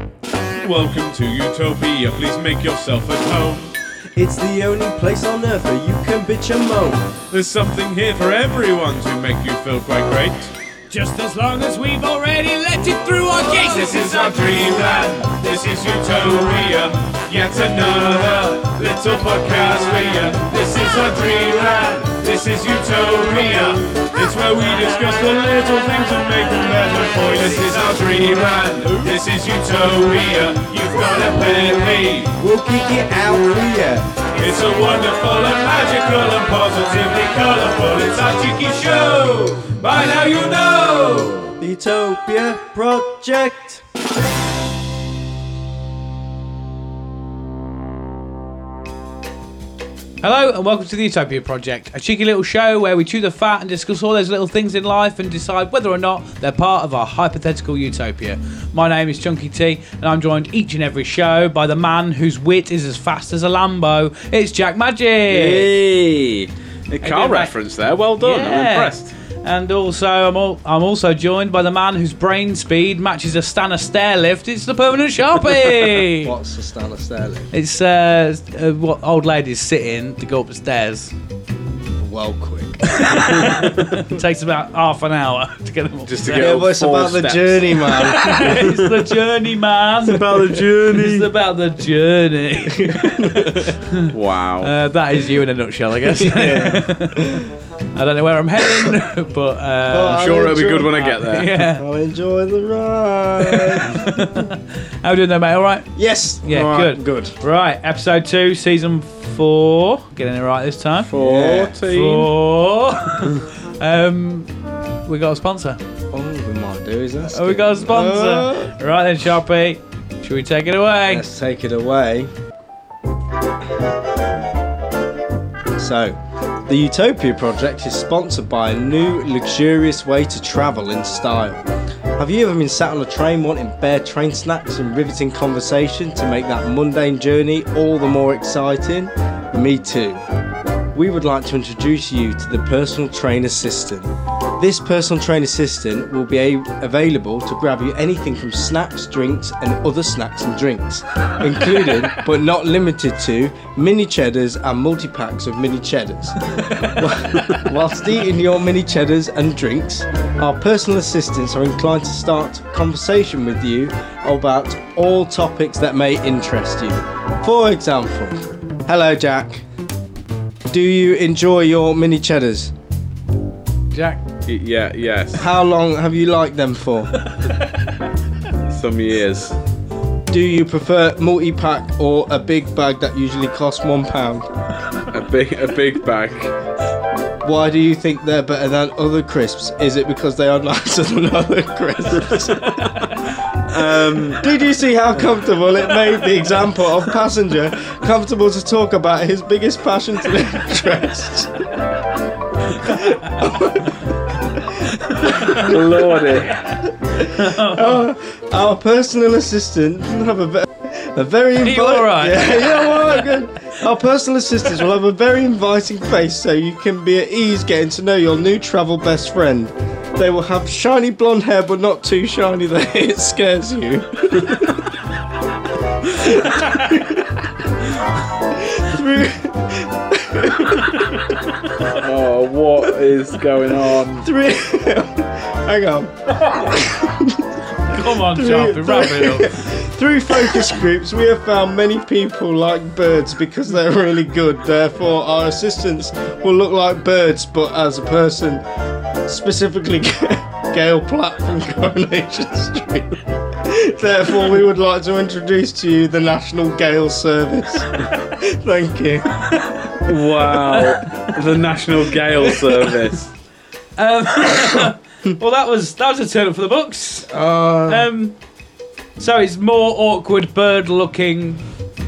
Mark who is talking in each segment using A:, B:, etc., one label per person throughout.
A: and welcome to Utopia. Please make yourself at home.
B: It's the only place on earth where you can bitch and moan.
A: There's something here for everyone to make you feel quite great.
C: Just as long as we've already let it through our gates.
A: This is our dreamland. This is Utopia. Yet another little podcast for you. This is our dreamland. This is Utopia. It's where we discuss the little things that make them better for you. This is our dreamland. This is Utopia. You've got to pay me.
B: We'll kick it out for ya.
A: It's a wonderful and magical and positively colourful. It's our Tiki Show. By now you know.
B: The Utopia Project.
C: Hello and welcome to the Utopia Project, a cheeky little show where we chew the fat and discuss all those little things in life and decide whether or not they're part of our hypothetical utopia. My name is Chunky T, and I'm joined each and every show by the man whose wit is as fast as a Lambo. It's Jack Magic.
D: Hey, a car
C: mate.
D: reference there. Well done. I'm
C: Yeah.
D: impressed.
C: And also, I'm, all, I'm also joined by the man whose brain speed matches a Stanner stair lift. It's the permanent sharpie.
E: What's the Stanley Sterling?
C: It's uh, uh, what old ladies sit in to go upstairs.
E: Well, quick.
C: It takes about half an hour to get them up.
D: Just to
C: there.
D: get
E: Yeah,
D: all
E: but it's
D: four
E: about the
D: steps.
E: journey, man.
C: it's the journey, man. It's about the journey. It's about the journey.
D: Wow.
C: Uh, that is you in a nutshell, I guess. I don't know where I'm heading, but uh,
E: Well,
D: I'm sure it'll be
E: enjoy-
D: good when I get there.
C: yeah.
E: I'll enjoy the ride.
C: How we doing, though, mate? All right.
E: yes.
C: Yeah,
E: All right,
C: good.
E: Good.
C: Right, episode two, season four. Getting it right this time.
E: Yeah.
D: 14.
C: Four. um, we got a sponsor.
E: All we might do is ask.
C: Oh, we
E: him.
C: got a sponsor. right then, Sharpie. Should we take it away?
E: Let's take it away. So, the Utopia Project is sponsored by a new luxurious way to travel in style. Have you ever been sat on a train wanting bare train snacks and riveting conversation to make that mundane journey all the more exciting? Me too. We would like to introduce you to the personal train assistant. This personal train assistant will be a- available to grab you anything from snacks, drinks, and other snacks and drinks, including but not limited to mini cheddars and multi packs of mini cheddars. Whilst eating your mini cheddars and drinks, our personal assistants are inclined to start conversation with you about all topics that may interest you. For example, hello Jack. Do you enjoy your mini cheddars?
C: Jack.
D: Y- Yeah, yes.
E: How long have you liked them for?
D: Some years.
E: Do you prefer multi pack or a big bag that usually costs one pound?
D: A big a big bag.
E: Why do you think they're better than other crisps? Is it because they are nicer than other crisps?
D: Um
E: Did you see how comfortable it made the example of passenger comfortable to talk about his biggest passion to interest?
D: lordy.
E: Our personal assistant will have a, ve- a very inviting.
C: you alright?
E: Yeah, yeah, all right, good. Our personal assistants will have a very inviting face, so you can be at ease getting to know your new travel best friend. They will have shiny blonde hair, but not too shiny that it scares you. through,
D: Oh, what is going on?
E: through, hang on.
C: Come on, Sharpie, wrap it up.
E: Through focus groups, we have found many people like birds because they're really good. Therefore, our assistants will look like birds, but as a person, specifically Gail Platt from Coronation Street. Therefore, we would like to introduce to you the National Gale Service. Thank you.
D: Wow. the National Gale Service.
C: Um, Well, that was that was a turn up for the books.
E: Uh,
C: Um, so it's more awkward bird-looking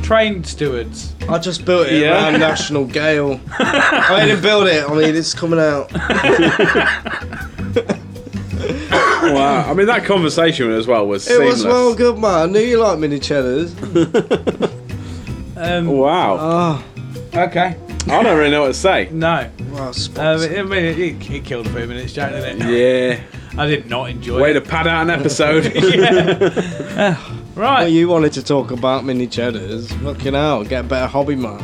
C: train stewards.
E: I just built it
D: Yeah.
E: around National Gale. I didn't build it. I mean, it's coming out.
D: Wow. I mean that conversation as well was
E: It
D: seamless.
E: was well good, man. I knew you liked mini cheddars.
D: Oh.
C: Um,
D: Wow.
E: Ah,
C: okay.
D: I don't really know what to say.
C: No,
F: Uh,
E: wow,
C: um,
E: spots.
C: it, I mean, it, it, it killed a few minutes, Jack, didn't it?
D: Yeah.
C: I did not enjoy
D: Way
C: it.
D: to pad out an episode.
C: Right.
F: Well, you wanted to talk about mini cheddars. Fucking hell, get a better hobby, man.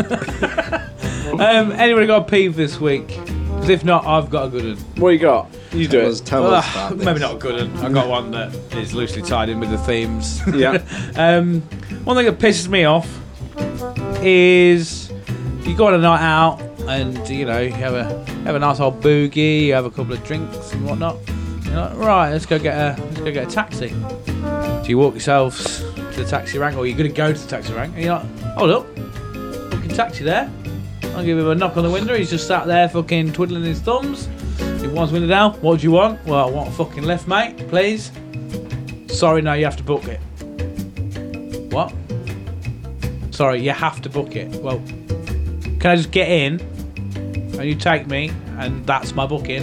C: Um, anyone got a peeve this week? 'Cause if not, I've got a good one.
A: What you got? You do
F: Tell us,
A: it.
F: tell us
C: Well,
F: about this.
C: maybe not a good one. I got one that is loosely tied in with the themes.
A: Yeah.
C: um, one thing that pisses me off is you go on a night out and you know you have a have a nice old boogie, you have a couple of drinks and whatnot. You're like, right, let's go get a let's go get a taxi. Do you walk yourselves to the taxi rank, or you're gonna go to the taxi rank? And you're like, hold up, fucking taxi there. I'll give him a knock on the window. He's just sat there fucking twiddling his thumbs. He wants window down. What do you want? Well, I want a fucking left, mate, please. Sorry, no, you have to book it. What? Sorry, you have to book it. Well, can I just get in and you take me and that's my booking?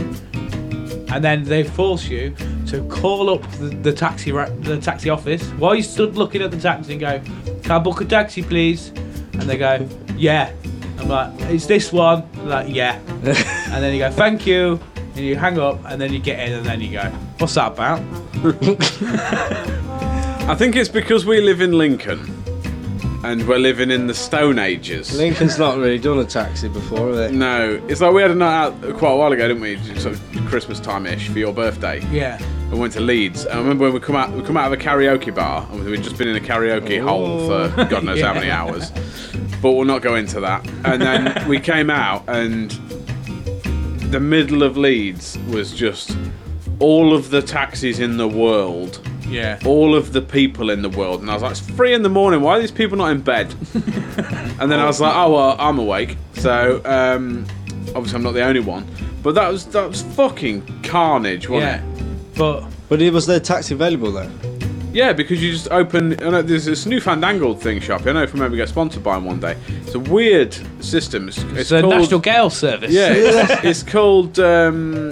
C: And then they force you to call up the, the taxi ra- the taxi office while you stood looking at the taxi and go, "Can I book a taxi, please?" And they go, "Yeah." I'm like, "It's this one." They're like, "Yeah." and then you go, "Thank you," and you hang up, and then you get in, and then you go, "What's that about?"
A: I think it's because we live in Lincoln and we're living in the Stone Ages.
F: Lincoln's not really done a taxi before, have they?
A: no, it's like we had a night out quite a while ago, didn't we? Sort of Christmas time ish for your birthday.
C: Yeah.
A: I went to Leeds. I remember when we come out, we come out of a karaoke bar, and we'd just been in a karaoke hole for God knows how many
C: Oh. Yeah.
A: hours. But we'll not go into that. And then we came out, and the middle of Leeds was just all of the taxis in the world,
C: Yeah.
A: all of the people in the world. And I was like, it's three in the morning. Why are these people not in bed? and then I was like, oh well, I'm awake. So um, obviously, I'm not the only one. But that was that was fucking carnage, wasn't it?
C: Yeah. But
F: But it was there taxi available though?
A: Yeah, because you just open. I know there's this new fandangled thing shop. I know if we maybe get sponsored by them one day. It's a weird system. It's,
C: it's the
A: called,
C: National Gale Service.
A: Yeah, it's, it's called um,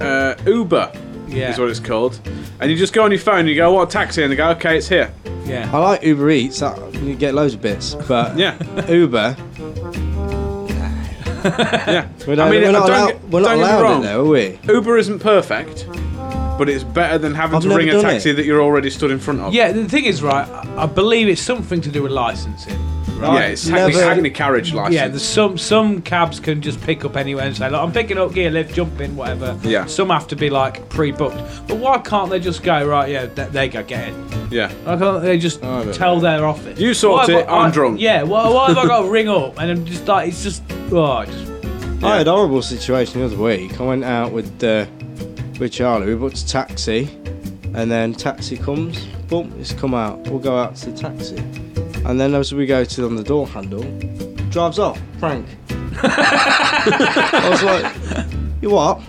A: uh, Uber.
C: Yeah.
A: is what it's called. And you just go on your phone. and You go, "What taxi?" And they go, "Okay, it's here."
F: I
C: Yeah.
F: like Uber Eats. That, you get loads of bits, but
A: Yeah,
F: Uber.
A: yeah.
F: We're not,
A: I mean,
F: we're not
A: don't
F: allow-
A: get-
F: we're not
A: don't get me
F: allowed
A: wrong,
F: it though, are we?
A: Uber isn't perfect, but it's better than having
F: I've
A: to
F: never
A: ring a
F: done
A: taxi
F: it.
A: that you're already stood in front of.
C: Yeah, the thing is, right, I- I believe it's something to do with licensing.
A: yeah. It's Hackney,
F: Never-
A: Hackney carriage license.
C: Yeah, there's some some cabs can just pick up anywhere and say, look, I'm picking up gear lift, jump in, whatever.
A: Yeah.
C: Some have to be like pre-booked. But why can't they just go right? Yeah, th- they go get in.
A: yeah.
C: Why can't they just
A: Oh,
F: I don't
C: tell their office?
A: You sort
C: Why have
A: it,
C: I-
A: I'm
C: I-
A: drunk.
C: Yeah. Why, why have I got to ring up and I'm just like it's just oh it just
F: I had a horrible situation the other week. I went out with uh, with Charlie. We booked a taxi, and then taxi comes. Boom, it's come out. We'll go out to the taxi, and then as we go to on the door handle, drives off. Frank. I was like, you what?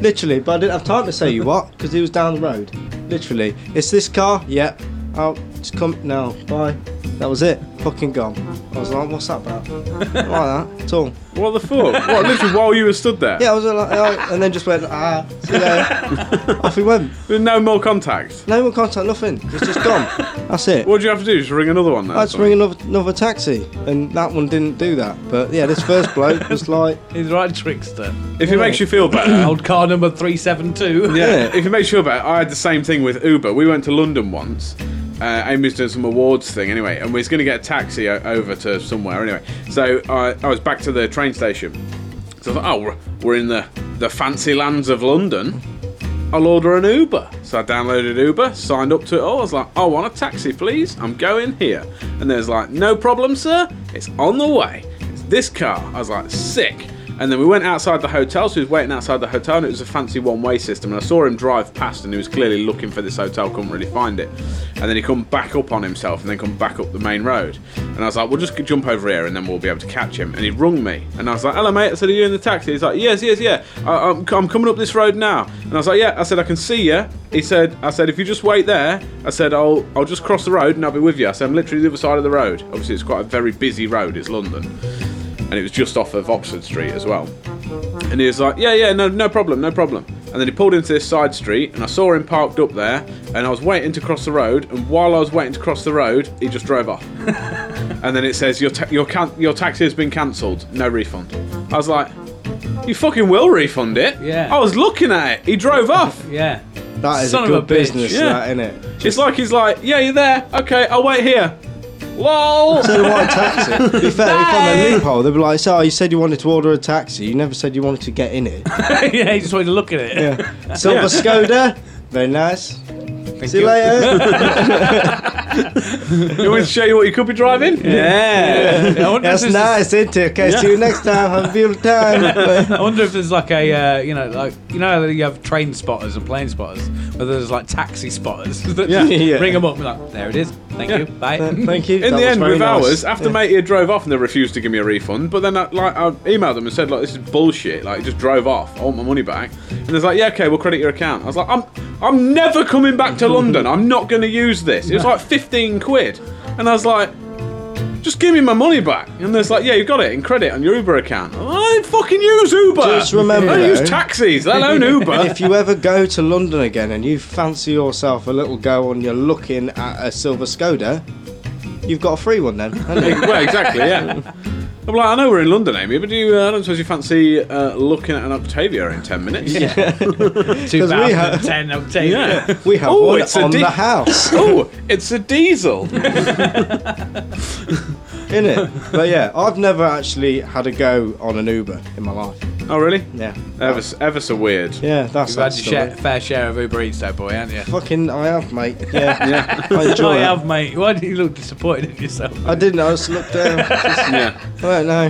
F: Literally, but I didn't have time to say you what because he was down the road. Literally, it's this car. Yep. I'll just come now. Bye. That was it. Fucking gone. I was like, what's that about? Not like that at all.
A: What the fuck? what? Literally, while you were stood there.
F: Yeah, I was like, oh, and then just went, ah, see you later. Off we went.
A: With no more contact.
F: No more contact, nothing. It's just gone. That's it.
A: What do you have to do? Just ring another one then?
F: I had to ring another, another taxi, and that one didn't do that. But yeah, this first bloke was like,
C: he's right trickster.
A: If it makes you feel better.
C: Old car number three seven two.
A: yeah. If it makes you feel better, I had the same thing with Uber. We went to London once. Uh, Amy's doing some awards thing anyway, and we was going to get a taxi o- over to somewhere anyway. So I, I was back to the train station. So I thought, oh, we're, we're in the, the fancy lands of London. I'll order an Uber. So I downloaded Uber, signed up to it all. I was like, "Oh, I want a taxi, please. I'm going here. And there's like, no problem, sir. It's on the way. It's this car. I was like, sick. And then we went outside the hotel. So he was waiting outside the hotel, and it was a fancy one-way system. And I saw him drive past, and he was clearly looking for this hotel, couldn't really find it. And then he come back up on himself, and then come back up the main road. And I was like, we'll just jump over here, and then we'll be able to catch him. And he rung me, and I was like, hello, mate. I said, are you in the taxi? He's like, yes, yes, yeah. I, I'm, I'm coming up this road now. And I was like, yeah. I said, I can see you. He said, I said, if you just wait there, I said, I'll, I'll just cross the road and I'll be with you. I said, I'm literally the other side of the road. Obviously, it's quite a very busy road. It's London. And it was just off of Oxford Street as well. And he was like, yeah, yeah, no, no problem, no problem. And then he pulled into this side street, and I saw him parked up there, and I was waiting to cross the road. And while I was waiting to cross the road, he just drove off. and then it says your ta- your can- your taxi has been cancelled, no refund. I was like, you fucking will refund it.
C: Yeah.
A: I was looking at it. He drove off.
C: Yeah.
F: That is
C: Son
F: a
C: of
F: good
C: a bitch.
F: business,
A: Yeah.
F: that innit? it?
A: It's like he's like, yeah, you're there. Okay, I'll wait here. Lol.
F: They wanted taxi. To be fair, they found a loophole. They'd be like, "So you said you wanted to order a taxi. You never said you wanted to get in it."
C: yeah, he just wanted to look at it.
F: Yeah. Silver Skoda, very nice.
C: Thank
F: See you
C: you.
F: later.
A: you want me to show you what you could be driving? Yeah.
C: I wonder if
F: That's
C: this is-
F: nice, isn't it? Okay, see you next time. Have a beautiful time.
C: I wonder if there's like a uh, you know like you know how you have train spotters and plane spotters, whether there's like taxi spotters. that
F: Yeah.
C: just
F: Yeah.
C: Ring them up. And be like, there it is. Thank you. Bye.
F: Thank you.
A: In
F: That
A: the
F: was
A: end,
F: very
A: with
F: nice.
A: ours, after mate here drove off and they refused to give me a refund, but then I, like I emailed them and said like this is bullshit. Like just drove off. I want my money back. And they're like, yeah, okay, we'll credit your account. I was like, I'm I'm never coming back to London. I'm not going to use this. It was like 15 quid, and I was like. Just give me my money back. And they're like, yeah, you got it in credit on your Uber account. I don't fucking use Uber.
F: Just remember,
A: I use
F: though-
A: taxis, let alone Uber.
F: if you ever go to London again and you fancy yourself a little go and you're looking at a silver Skoda, you've got a free one then. haven't you?
A: well, exactly, yeah. I'm like, I know we're in London, Amy, but do you, uh, I don't suppose you fancy uh, looking at an Octavia in 10 minutes? Yeah.
C: 2010 Octavia.
F: we have
A: Oh,
F: one
A: it's a
F: on
A: di-
F: the house,
A: oh, it's a diesel.
F: innit? But yeah, I've never actually had a go on an Uber in my life.
A: oh, really?
F: Yeah,
A: Ever, s- ever so weird.
F: yeah, that's
C: You've had
F: that
C: your
F: story.
C: share, fair share of Uber Eats, though, boy, haven't you?
F: Fucking, I have, mate. Yeah,
A: Yeah.
F: I enjoy
C: I
F: it.
C: have, mate. Why do you look disappointed in yourself?
F: I didn't. I just looked down. Just-
A: yeah.
F: I don't know.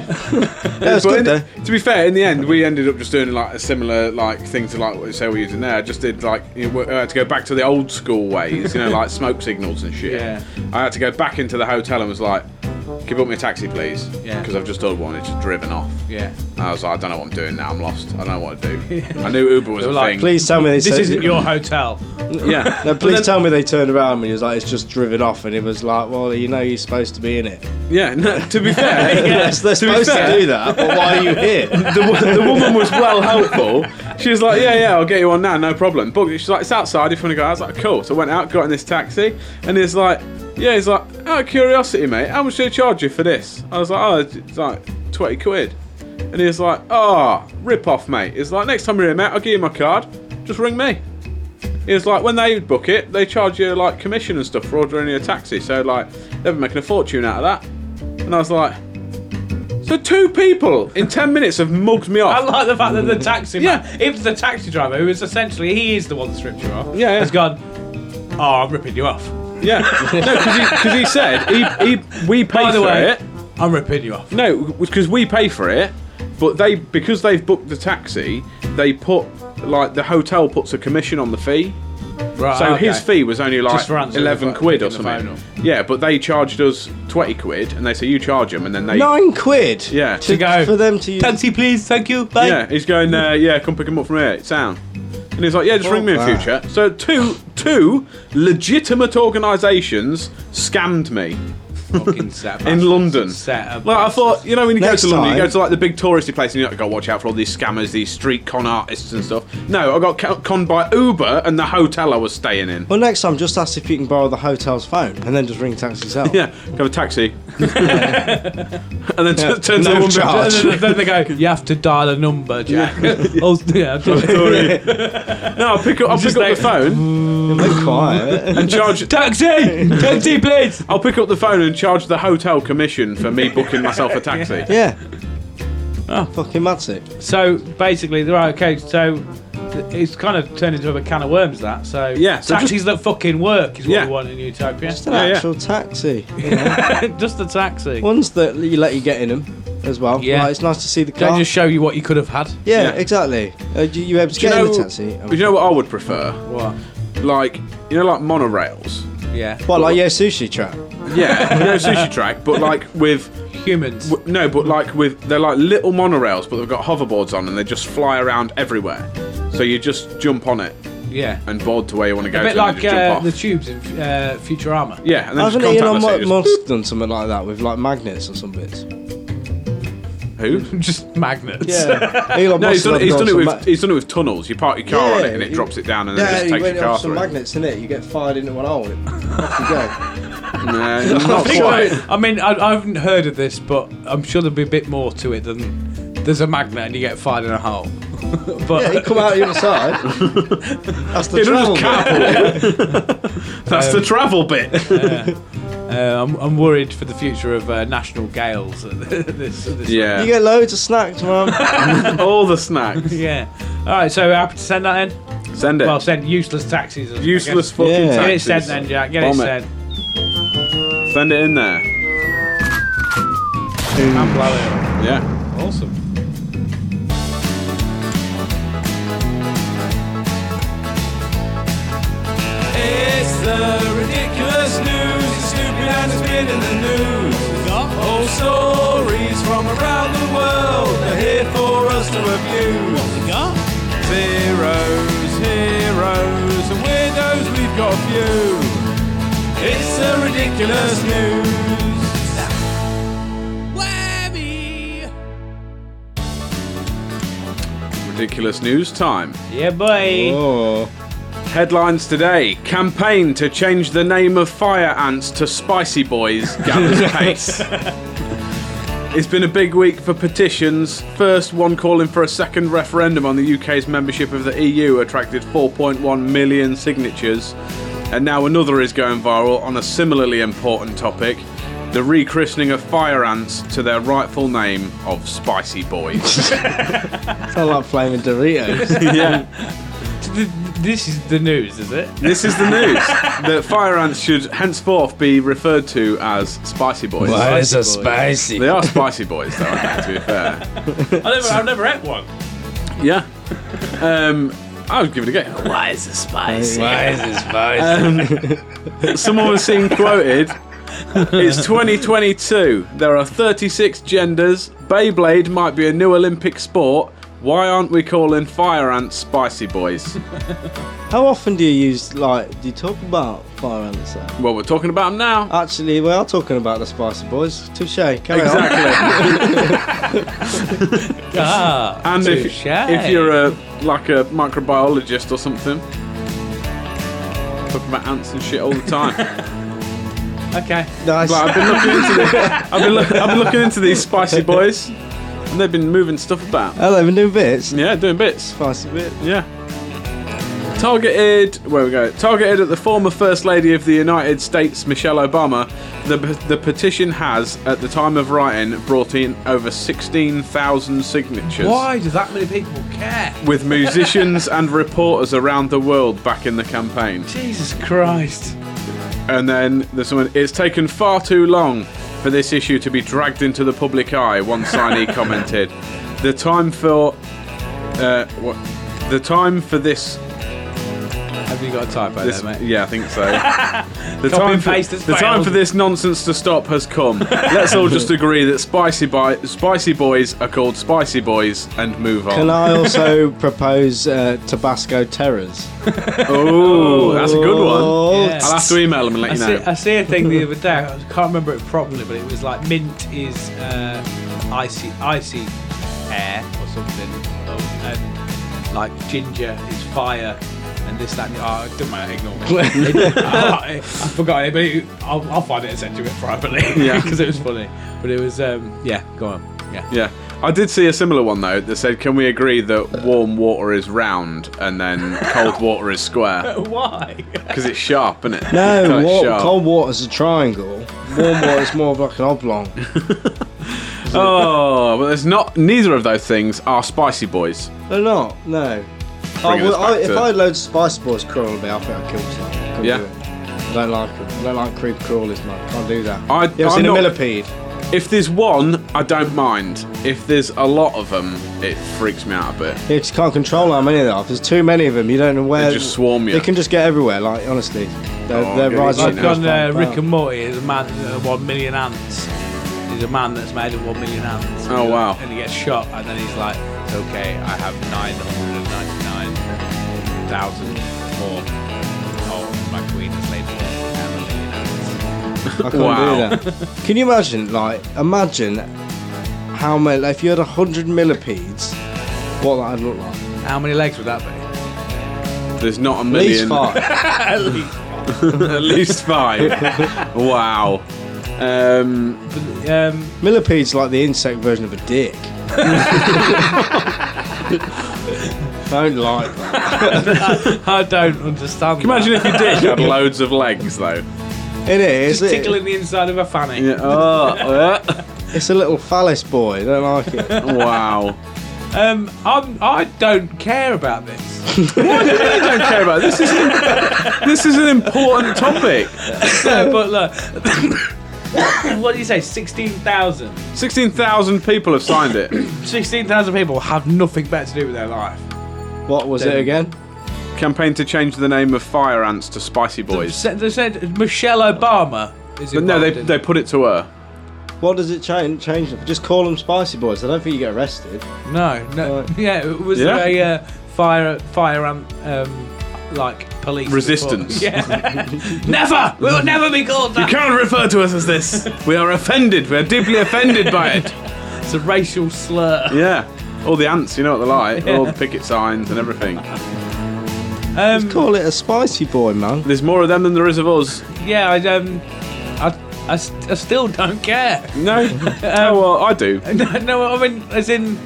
F: That was
A: But in-
F: good though.
A: to be fair, in the end, we ended up just doing like a similar like thing to like what say we're using there. I just did like you know, I had to go back to the old school ways, you know, like smoke signals and shit.
C: Yeah.
A: I had to go back into the hotel and was like, "Give up me a taxi, please."
C: Yeah.
A: Because I've just ordered one. It's just driven off.
C: Yeah.
A: And I was like, I don't know what I'm doing now. I'm lost. I don't know what to do. I knew Uber was
C: They
A: a
C: were like,
A: thing.
F: Please tell me they
C: This
F: said-
C: isn't your hotel.
A: Yeah.
F: No,
A: But
F: please
A: then-
F: tell me they turned around and he was like, it's just driven off. And it was like, well, you know, you're supposed to be in it.
A: Yeah. No, to be fair,
F: Yes, they're
A: be
F: supposed to
A: fair-
F: do that, but why are you here?
A: the, wo- the woman was well helpful. She was like, yeah, yeah, I'll get you one now, no problem. Booked it. She's like, it's outside if you want to go. I was like, cool. So I went out, got in this taxi, and he's like, yeah, he's like, out of curiosity, mate, how much do they charge you for this? I was like, oh, it's like 20 quid. And he was like, oh, rip off, mate. He's like, next time you're here, mate, I'll give you my card. Just ring me. He was like, when they book it, they charge you like commission and stuff for ordering you a taxi. So like, they've been making a fortune out of that. And I was like, so two people in ten minutes have mugged me
C: I
A: off.
C: like the fact that the taxi man,
A: Yeah.
C: if the taxi driver, who is essentially, he is the one that stripped you off,
A: Yeah, yeah.
C: has gone, oh, I'm ripping you off.
A: Yeah, no, because he, said he, he, we pay
C: By the
A: for
C: way,
A: it.
C: I'm ripping you off.
A: No, because we pay for it, but they because they've booked the taxi, they put like the hotel puts a commission on the fee.
C: Right,
A: So
C: Ah, okay.
A: his fee was only like
C: Just for answering
A: eleven
C: the pho-
A: quid or
C: picking the
A: something.
C: phone
A: Yeah, but they charged us twenty quid, and they say you charge them, and then they
F: Nine quid?
A: Yeah.
F: To,
A: To
C: go.
F: For them to use.
C: Taxi, please. Thank you. Bye.
A: Yeah, he's going. Uh, yeah, come pick him up from here. It's down. And he's like, yeah, just ring me in
F: that.
A: future. So two two legitimate organisations scammed me
C: Fucking set
A: in London.
C: Set up.
A: Well, I thought you know when you
F: Next
A: go to London, you
F: time-
A: go to like the big touristy place, and you like, got to watch out for all these scammers, these street con artists and stuff. No, I got ca- conned by Uber and the hotel I was staying in.
F: Well, next time, just ask if you can borrow the hotel's phone and then just ring taxis out.
A: Yeah, go have a taxi, and then t-
F: Yeah,
A: turns
F: no
A: out one
F: charge.
C: And then, then they go, you have to dial a number, Jack. oh, yeah, I'm sorry.
A: Sorry. No, I'll pick up. I'll pick
C: Just
A: up the
C: like-
A: phone
F: Be quiet.
A: and charge.
C: taxi! Taxi, please!
A: I'll pick up the phone and charge the hotel commission for me booking myself a taxi.
F: yeah.
A: Ah.
F: Fucking that's it.
C: So, basically, right, okay, so th- it's kind of turned into a can of worms, that. So,
A: Yeah, so
C: taxis that fucking work is what
A: Yeah.
C: we want in Utopia.
F: It's an
A: Yeah, yeah.
F: actual taxi.
C: Just a taxi.
F: Ones that you let you get in them as well.
C: Yeah.
F: Like, it's nice to see the
C: Don't
F: car.
C: just show you what you could have had.
F: yeah,
A: Yeah.
F: exactly. Uh, you, you able to
A: Do you
F: get
A: know?
F: in the taxi?
A: Do you know what I would prefer?
C: What?
A: Like you know, like monorails.
C: Yeah.
F: What, like your sushi trap?
A: Yeah, you know, sushi track, but like with
C: Humans.
A: w- no, but like with they're like little monorails, but they've got hoverboards on and they just fly around everywhere. So you just jump on it
C: yeah.
A: and board to where you want to go.
C: A
A: to
C: bit
A: and
C: like
A: just jump
C: uh,
A: off.
C: the tubes in uh, Futurama.
A: yeah, and then
F: Hasn't
A: just
F: Elon
A: contactless. it
F: Mu-
A: just-
F: Musk done something like that with like magnets or some bits?
A: who?
C: Just magnets.
F: Elon
A: No,
F: Musk
A: he's done, it, he's done it
F: some
A: with
F: ma-
A: he's done it with tunnels. You park your car on
F: Yeah,
A: it and it
F: he-
A: drops it down and
F: yeah,
A: then it
F: he
A: just takes
F: went
A: your
F: off
A: car
F: some
A: through.
F: magnets in it. You get fired into one hole. and it- off you go.
A: No, not
C: I think
A: quite.
C: I, I mean, I, I haven't heard of this, but I'm sure there'll be a bit more to it than there's a magnet and you get fired in a hole.
F: Yeah,
C: but
F: you come out the other side. That's the
A: It was
F: trouble.
A: That's
F: Um,
A: the travel bit.
C: uh, I'm, I'm worried for the future of uh, national gales. at this, this
F: You
A: Yeah.
F: get loads of snacks, man.
A: All the snacks.
C: yeah. All right, so we're happy to send that then.
A: Send it.
C: Well, send useless taxis. I guess.
A: Useless fucking
F: Yeah.
C: Get it
A: taxes.
C: sent then, Jack. Get
A: Bomb
C: it sent.
A: Send it in there.
C: And blow
A: Yeah.
C: it. Awesome.
G: It's the ridiculous news. It's stupid and it's been in the news. Old stories from around the world. They're here for us to review. Zeros, heroes, and weirdos. We've got a few. It's the ridiculous news. Whammy!
A: Ridiculous news time.
C: Yeah, boy.
F: Oh.
A: Headlines today: Campaign to change the name of fire ants to spicy boys gathers pace. It's been a big week for petitions. First, one calling for a second referendum on the UK's membership of the EU attracted 4.1 million signatures, and now another is going viral on a similarly important topic: the rechristening of fire ants to their rightful name of spicy boys.
F: Sound like flaming Doritos.
A: yeah.
C: Th- This is the news, is it?
A: This is the news that fire ants should henceforth be referred to as spicy boys.
C: Those are
F: spicy.
A: They are spicy boys, though. I think, to be fair,
C: I never, I've never ate one.
A: yeah. Um, I would give it a go.
H: Why is it spicy?
G: Ah,
A: Someone was seen quoted. It's 2022. There are 36 genders. Beyblade might be a new Olympic sport. Why aren't we calling fire ants spicy boys?
F: How often do you use, like, do you talk about fire ants? though?
A: Well, we're talking about them now.
F: Actually, we are talking about the Spicy Boys. Touche. Carry on.
A: Exactly.
C: Ah,
A: And if,
C: touche.
A: if you're a like a microbiologist or something, talking about ants and shit all the time.
C: okay.
F: Nice.
A: But I've been looking into the, I've been, look, I've been looking into these spicy boys, and they've been moving stuff about.
F: Hello, we're doing bits.
A: Yeah, doing bits.
F: Spicy bit.
A: Yeah. Targeted, where we go? Targeted at the former First Lady of the United States, Michelle Obama, the, the petition has, at the time of writing, brought in over 16,000 signatures.
C: Why do that many people care?
A: With musicians and reporters around the world backing the campaign.
C: Jesus Christ.
A: And then there's someone, it's taken far too long for this issue to be dragged into the public eye, one signee commented. The time for. Uh, what? The time for this.
C: Have you got a typo
A: this
C: there, mate?
A: yeah, I think so. The,
C: Copy
A: time
C: and
A: for,
C: paste has
A: the time
C: failed.
A: for this nonsense to stop has come. Let's all just agree that spicy, boy, spicy boys are called spicy boys and move on.
F: Can I also propose uh, Tabasco Terrors?
A: oh, that's a good one.
F: Oh,
C: Yeah.
A: I'll have to email them and
C: I
A: let you
C: see,
A: know.
C: I see a thing the other day. I can't remember it properly, but it was like mint is uh, icy, icy air or something, Oh, and like ginger is fire, and this that. And, the- oh, it doesn't matter. Ignore me. It- I, I forgot it, but it, I'll, I'll find it and send you it privately
A: Yeah.
C: because it was funny. But it was um, yeah. Go on. Yeah.
A: Yeah. I did see a similar one though that said, "Can we agree that warm water is round and then cold water is square?
C: Why?
A: Because it's sharp, isn't it?
F: No,
A: It's
F: wa-
A: sharp.
F: cold water's a triangle. Warm water's more of like an oblong.
A: Oh, but there's not. Neither of those things are spicy boys.
F: They're not. No. I
A: Bringing
F: would-
A: us back
F: I- if
A: to-
F: I had loads of Spice Boys crawling about, I think I'd kill some.
A: Yeah.
F: I don't like 'em. I don't like creep crawlers, man. Can't do that.
A: I-
F: you ever
A: I'm
F: seen
A: not-
F: a millipede?
A: If there's one, I don't mind. If there's a lot of them, it freaks me out a bit.
F: You just can't control how many there are. If there's too many of them, you don't know where.
A: just swarm you.
F: They can just get everywhere. Like honestly, they're,
A: Oh,
F: they're
A: good.
F: rising.
A: I've
C: I've
A: now.
C: gone uh, Rick and Morty is a man, uh, one million ants. He's a man that's made of one million ants.
A: Oh, wow.
C: And he gets shot, and then he's like, "It's okay, I have 999,000 more. Oh, my queen has laid me down a million ants.
F: I can't
A: Wow.
F: do that. Can you imagine? Like, imagine how many. Like, if you had hundred millipedes, what that'd look like.
C: How many legs would that be?
A: There's not a
F: At least
A: million.
F: five.
A: at least five. wow. Um,
C: Um,
F: millipedes like the insect version of a dick. Don't lie. bro.
C: I don't understand.
A: Imagine if you did. You had loads of legs, though.
F: It is.
C: Just
F: it-
C: tickling the inside of a fanny.
A: Yeah, oh, uh,
F: It's a little phallus boy. Don't like it.
A: wow.
C: Um, I'm, I don't care about this.
A: I don't care about this. Is this is an important topic.
C: No, but look, what do you say? Sixteen thousand.
A: Sixteen thousand people have signed it.
C: 16,000 people have nothing better to do with their life.
F: What was it again?
A: Campaign to change the name of Fire Ants to Spicy Boys.
C: Said- They said Michelle Obama is
A: But no, they
C: involved in-
A: they put it to her.
F: What does it change? Change them? Just call them spicy boys. I don't think you get arrested.
C: No, no.
F: Right.
C: Yeah, was
A: Yeah.
C: there a uh, fire, fire, um, um, like police
A: Resistance.
C: report? Yeah. never! We will never be called that!
A: Can't refer to us as this. We are offended. We are deeply offended by it.
C: It's a racial slur.
A: Yeah. All the ants, you know what they're like. All the picket signs and everything.
C: Um,
F: Just call it a spicy boy, man.
A: There's more of them than there is of us.
C: Yeah, I, um, I, I, st- I still don't care.
A: No. oh well, I do.
C: No, no, I mean, as in,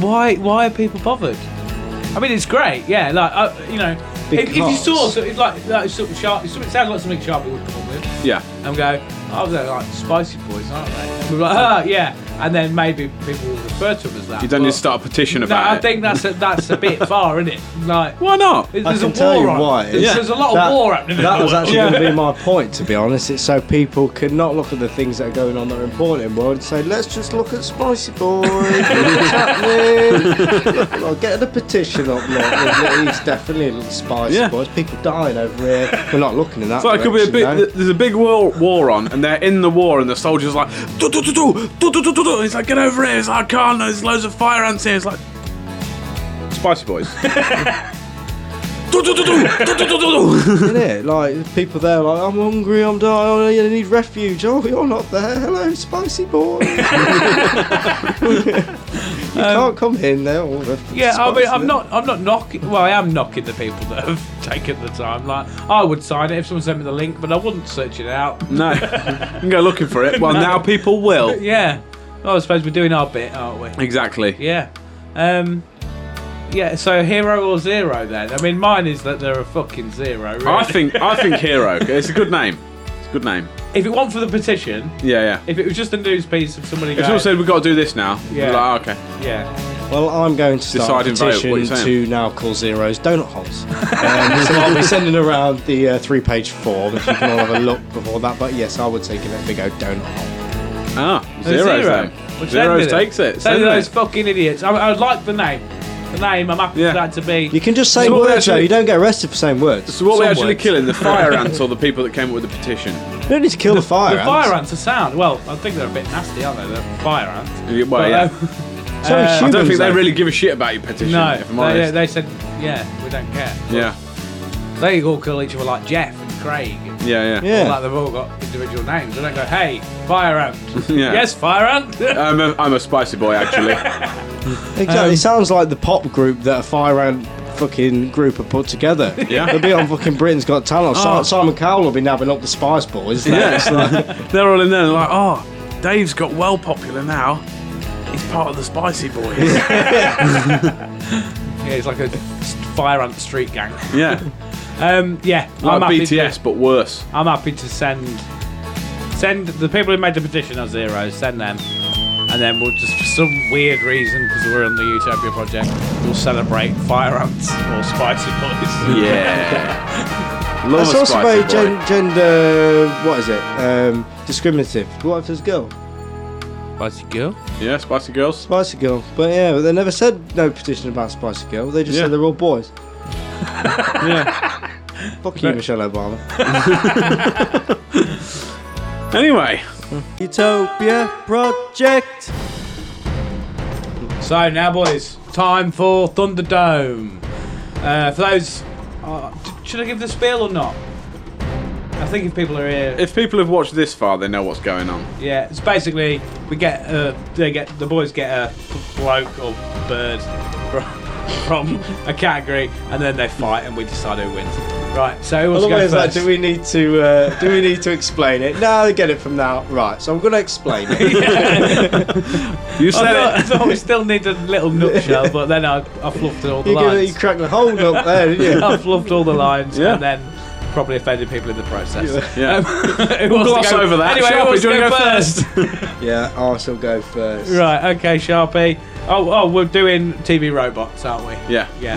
C: why why are people bothered? I mean, it's great, yeah. Like, uh, you know, if, if you
F: Because-
C: saw something like, like something sharp, something sounds like something sharp would come up with,
A: Yeah.
C: and go, oh, they're like spicy boys, aren't they? We're like, ah, yeah, and then maybe people will refer to them as that.
A: You don't
C: but-
A: need to start a petition
C: No,
A: about
C: I
A: it.
C: think that's a, that's a bit far, isn't it? Like,
A: Why not?
C: there's
F: I
C: there's
F: can
C: a
F: tell
C: war
F: you
C: on.
F: why.
C: There's,
F: Yeah.
C: there's a lot of
F: That-
C: war happening. in
F: That
C: the
F: was
C: world.
F: actually going to be my point, to be honest. It's so people could not look at the things that are going on that are important in the world and say, let's just look at Spicy Boy. What's happening? Look, I'll get the petition up, look. He's definitely a little Spicy
A: Yeah.
F: Boys. People dying over here. We're not looking in that
A: So it could be a
F: direction,
A: big.
F: no.
A: There's a big war, war on, and they're in the war, and the soldiers like, do do do do do do do do. do." He's like, get over here. It's like, I can't. There's loads of fire ants here. It's like, Spicy Boys. do do do do do do do do.
F: Isn't it? Like people there, like I'm hungry, I'm dying, I need refuge. Oh, you're not there. Hello, spicy boy. you
A: Um,
F: can't come in there. All the
C: Yeah, I mean,
F: spice
C: I'm
F: in
C: not, I'm not knocking. Well, I am knocking the people that have taken the time. Like, I would sign it if someone sent me the link, but I wouldn't search it out.
A: No, you can go looking for it. Well, now people will.
C: Yeah, well, I suppose we're doing our bit, aren't we?
A: Exactly.
C: Yeah, um, yeah. So hero or zero then? I mean, mine is that they're a fucking zero. Really.
A: I think I think hero. It's a good name. It's a good name.
C: if it weren't for the petition,
A: Yeah, yeah.
C: if it was just a news piece of somebody
A: If
C: going,
A: someone said we've got to do this now, yeah.
C: Yeah.
A: Like, "Oh, okay.
C: yeah,
F: it. Well, I'm going to start a
A: Deciding vote, what
F: petition
A: you're saying.
F: to now call zeros donut holes. um, so I'll be sending around the uh, three-page form if you can all have a look before that. But yes, I would take a big old donut hole.
A: Ah,
C: a
A: zeros
C: zero.
A: then.
C: Which
A: Zeros
C: ended
A: takes it.
C: Send
A: Send
C: me
A: it.
C: those fucking idiots. I, I would like the name. The name. I'm happy
A: Yeah.
C: for that to be.
F: You can just say
A: So what we
F: words,
A: actually-
F: though. You don't get arrested for saying words.
A: So what are we
F: Some
A: actually
F: words.
A: killing? The fire ants or the people that came up with the petition?
F: You don't need to kill the, fire.
C: The fire ants
F: ants.
C: are sound. Well, I think they're a bit nasty, aren't they? They're fire ants.
A: Well,
C: But,
A: Oh, yeah.
C: um,
F: So
C: Uh, I
A: I
F: humans,
A: don't think they
F: though.
A: really give a shit about your petition.
C: no,
A: if I'm
C: they,
A: honest.
C: they said, yeah, we don't care.
A: yeah,
C: They all call each other like Jeff and Craig. and
A: yeah, yeah.
F: Yeah.
C: Like they've all got individual names. They don't go, hey, fire ant.
A: Yeah.
C: Yes, fire ant.
A: I'm a, I'm a spicy boy actually.
F: Exactly.
A: um,
F: it sounds like the pop group that a fire ant fucking group have put together.
A: Yeah. Oh.
F: They'll be on fucking Britain's Got Talent. Si- Simon Cowell will be nabbing up the Spice Boys.
A: yeah, it's like, they're all in there like, oh, Dave's got well popular now. He's part of the spicy boys.
C: yeah, it's like a s- fire ant street gang.
A: yeah,
C: Um, yeah,
A: like
C: I'm happy
A: BTS
C: To,
A: but worse.
C: I'm happy to send send the people who made the petition are zeros. Send them, and then we'll just for some weird reason because we're on the Utopia project, we'll celebrate fire ants or spicy boys.
A: Yeah. Love
F: That's
A: a
F: also
A: spicy
F: very
A: boy.
F: gen- gender. What is it? Um, discriminative. What if there's a girl?
C: Spicy girl.
A: yeah, spicy girls.
F: Spicy girl. But yeah, but they never said no petition about Spicy Girl. They just
A: Yeah.
F: said they're all boys.
A: Yeah.
F: Fuck you, Michelle Obama.
A: Anyway,
F: Utopia Project.
C: So now, boys, time for Thunderdome. Uh, for those, uh, d- should I give the spiel or not? I think if people are here,
A: if people have watched this far, they know what's going on.
C: yeah, it's basically we get uh, they get the boys get a p- bloke or bird from, from a category, and then they fight, and we decide who wins. Right, so who wants to go
F: Otherwise, like,
C: first?
F: do we need to uh, do we need to explain it? No, I get it from now. Right, so I'm gonna explain it.
A: You
C: I,
A: said
C: thought, I
A: it.
C: thought we still needed a little nutshell, but then I, I fluffed all the
F: you, give it, you
C: lines.
F: cracked the whole up there, didn't you?
C: I fluffed all the lines
A: Yeah.
C: and then probably offended people in the process. Um,
A: Yeah.
C: Who
A: We'll
C: wants
A: gloss
C: to go-
A: over that.
C: Anyway, who
A: Sharpie,
C: wants
A: do you
C: to
A: wanna
C: go
A: go
C: first?
F: yeah, I shall go first.
C: right, okay, Sharpie. Oh, oh, we're doing TV robots, aren't we?
A: Yeah.
C: Yeah.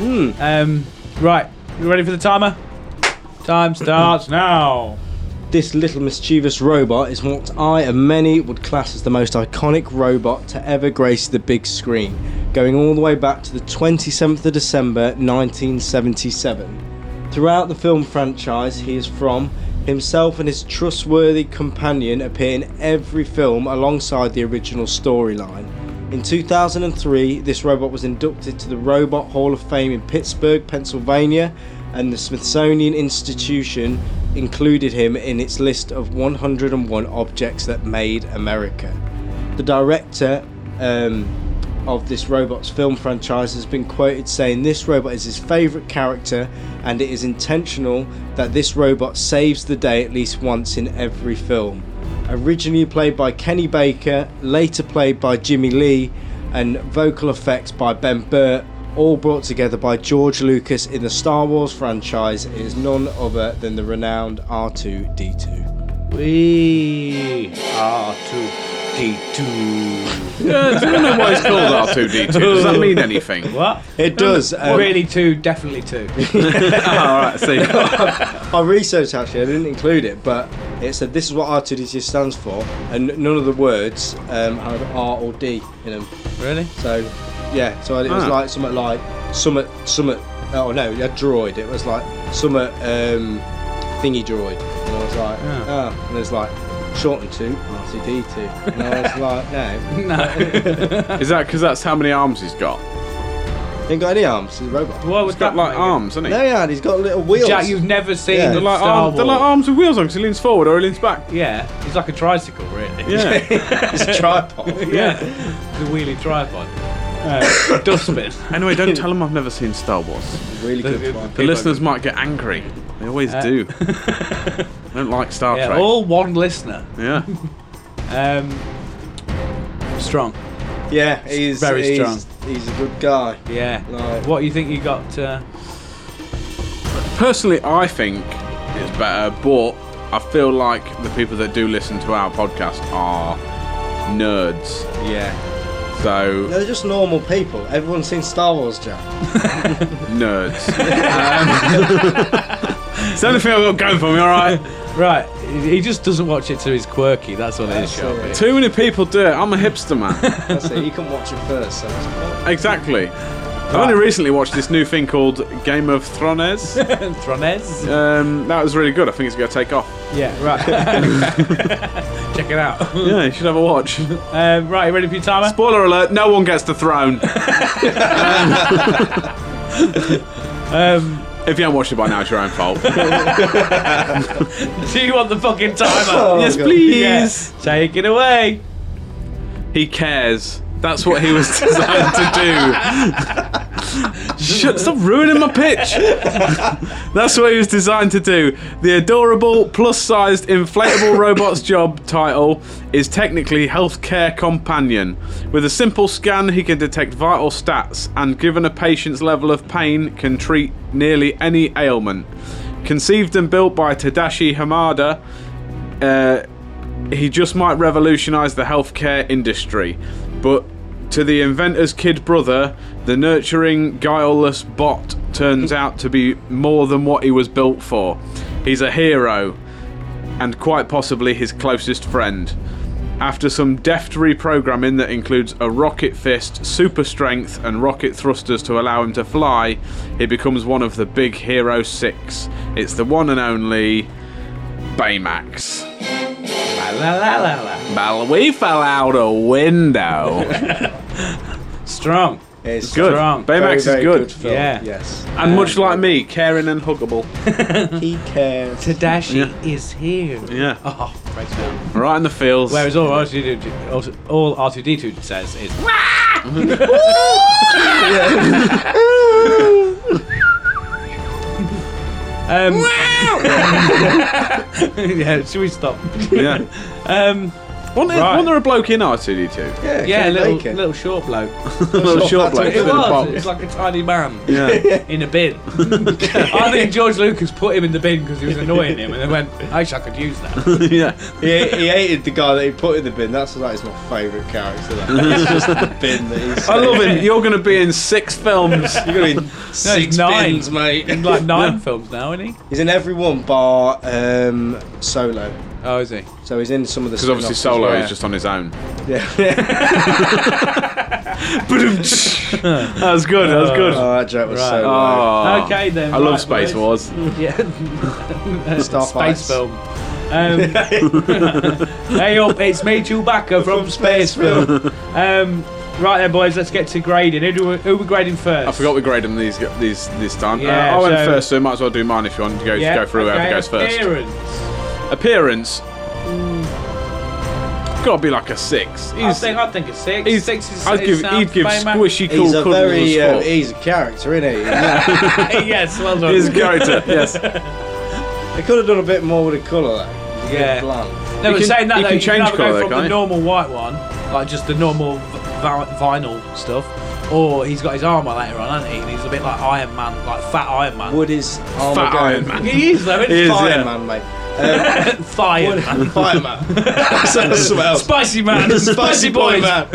C: Um, right, you ready for the timer? Time starts now.
F: This little mischievous robot is what I and many would class as the most iconic robot to ever grace the big screen, going all the way back to the 27th of December 1977. Throughout the film franchise, he is from himself and his trustworthy companion appear in every film alongside the original storyline. In 2003, this robot was inducted to the Robot Hall of Fame in Pittsburgh, Pennsylvania, and the Smithsonian Institution included him in its list of 101 objects that made America. The director um, of this robot's film franchise has been quoted saying this robot is his favourite character and it is intentional that this robot saves the day at least once in every film. Originally played by Kenny Baker, later played by Jimmy Lee, and vocal effects by Ben Burt, all brought together by George Lucas in the Star Wars franchise, is none other than the renowned R2D2.
C: We are two D two.
A: Yeah, do you know why it's called R2D2? Does that mean anything?
C: What?
F: It does. um,
C: really two, definitely two.
A: Ah, all right, see.
F: I researched actually, I didn't include it, but it said this is what R2D2 stands for, and none of the words um, have R or D in them.
C: really?
F: So, yeah, so it was
A: Ah.
F: like something like, summit, summit, oh no, a droid. It was like, summit um, thingy droid. And I was like,
C: Yeah.
F: ah, and it's like, shortened to R2D2. And I was like, no,
C: No.
A: Is that because that's how many arms he's got?
F: ain't got any arms, he's a robot.
C: Why was
A: He's got
C: that
A: like
C: make it?
A: arms, hasn't he?
F: No, yeah, he's got little wheels.
C: Jack, you've never seen
F: Yeah.
C: the
A: They're like,
C: Star
A: arm, they're like
C: Wars.
A: arms with wheels on because he leans forward or he leans back.
C: Yeah, it's like a tricycle, really.
A: Yeah.
F: it's a tripod.
C: Yeah. the wheelie tripod. Uh, dustbin.
A: anyway, don't tell them I've never seen Star Wars.
F: really good one.
A: The listeners might get angry. They always do. I don't like Star
C: Uh, Yeah,
A: Trek.
C: all one listener.
A: yeah.
C: Um, strong.
F: Yeah, he's
C: Very
F: he's-
C: strong.
F: He's a good guy.
C: Yeah.
F: Like-
C: What do you think you got? Uh,
A: Personally, I think it's better, but I feel like the people that do listen to our podcast are nerds.
F: Yeah.
A: So,
F: They're just normal people. Everyone's seen Star Wars, Jack.
A: nerds. Um, it's the only thing I've got going for me, alright?
C: right. He just doesn't watch it so he's quirky. That's what it is,
F: That's
C: Sharpie.
F: it.
A: Too many people do it. I'm a hipster, man.
F: That's it. You can watch it first. So it's cool.
A: exactly. I've only recently watched this new thing called Game of Thrones.
C: Trones.
A: Um, that was really good. I think it's going to take off.
C: Yeah, right. Check it out.
A: Yeah, you should have a watch.
C: Um, right, you ready for your timer?
A: Spoiler alert, no one gets the throne.
C: Um,
A: If you haven't watched it by now, it's your own fault.
C: do you want the fucking timer?
F: Oh,
A: yes,
F: God.
A: please.
C: Yeah. Take it away.
A: He cares. That's what he was designed to do. Shut, stop ruining my pitch. That's what he was designed to do. The adorable, plus sized, inflatable robot's job title is technically healthcare companion. With a simple scan, he can detect vital stats and, given a patient's level of pain, can treat nearly any ailment. Conceived and built by Tadashi Hamada, uh, he just might revolutionise the healthcare industry. But to the inventor's kid brother, the nurturing, guileless bot turns out to be more than what he was built for. He's a hero, and quite possibly his closest friend. After some deft reprogramming that includes a rocket fist, super strength, and rocket thrusters to allow him to fly, he becomes one of the big Hero Six. It's the one and only Baymax.
C: La la la la la.
A: Well, we fell out a window.
C: Strong.
F: It's
A: good.
C: Strong.
A: Baymax
F: Very,
A: is
F: very
A: good.
F: film.
C: Yeah.
F: Yes.
A: And much like me, caring and huggable.
C: Mm.
F: He cares.
C: Tadashi
A: Yeah.
C: is here.
A: Yeah.
C: Oh, right now.
A: Right in the fields.
C: Whereas all R2D2, all R2D2 says is. Um, yeah, should we stop?
A: Yeah.
C: Um,
A: Wasn't there,
C: Right.
A: wasn't there a bloke in R2D2?
F: Yeah,
C: yeah,
F: Kevin
C: little,
F: Bacon.
C: little short bloke.
A: A little
F: That's
A: short
F: what-
A: bloke
F: that's
C: It
A: in a
C: was.
A: box.
C: It was like a tiny man
A: yeah.
C: in a bin. I think George Lucas put him in the bin because he was annoying him, and they went, "Actually, I could use that."
A: yeah.
F: he, he hated the guy that he put in the bin. That's that is my favourite character. That. It's just the bin that he's.
A: I love him. You're going to be in six films.
F: You're gonna be in six
C: nine.
F: bins, mate.
C: In like nine films now, isn't he?
F: He's in every one bar um, solo.
C: Oh, is he?
F: So he's in some of the.
A: Because obviously
F: spin-offs as
A: Solo
F: well.
A: is just on his own.
F: Yeah.
A: that was good. That was good.
F: oh, that joke was
C: Right.
F: so. low.
A: Oh.
C: Uh, okay then.
A: I love
C: right,
A: Space
C: boys.
A: Wars.
C: Yeah.
F: Star
C: space
F: fights.
C: film. Um, hey up, it's me Chewbacca from Space Film. Um, right then, boys, let's get to grading. Who, do we, who we grading first?
A: I forgot we graded them these these this time.
C: Yeah,
A: uh, I went
C: so-
A: first, so might as well do mine if you want to go
C: Yeah,
A: go through
C: okay,
A: whoever goes first.
C: Appearance.
A: Appearance. Got to be like a six.
C: I
A: He's,
C: think I think it's six.
A: he's-
C: six is
A: I'd
C: is
A: give,
C: sounds
A: he'd give
C: fine, man.
A: squishy cool
F: He's a
A: cuddles
F: very.
A: as
F: Um,
A: fuck.
F: he's a character, isn't he?
C: yes, well done.
A: His character, yes.
F: They could have done a bit more with the colour though. It's a bit
C: Yeah.
F: bland.
C: No,
A: You
C: but
A: can-
C: saying that,
A: you
C: though,
A: can
C: you
A: change
C: can either
A: colour,
C: go from the
A: can't you?
C: normal white one, like just the normal v- vi- vinyl stuff, or he's got his armour later on, hasn't he? And he's a bit like Iron Man, like Fat Iron Man.
F: Wood is armor
A: Fat
F: going-
A: Iron Man.
C: He is, though, isn't
A: He
C: he?
A: is, yeah.
F: Fireman, mate. Um,
C: Fire Man.
F: Fireman. That's that's what else.
C: Spicy Man. Spicy Boys.
F: man.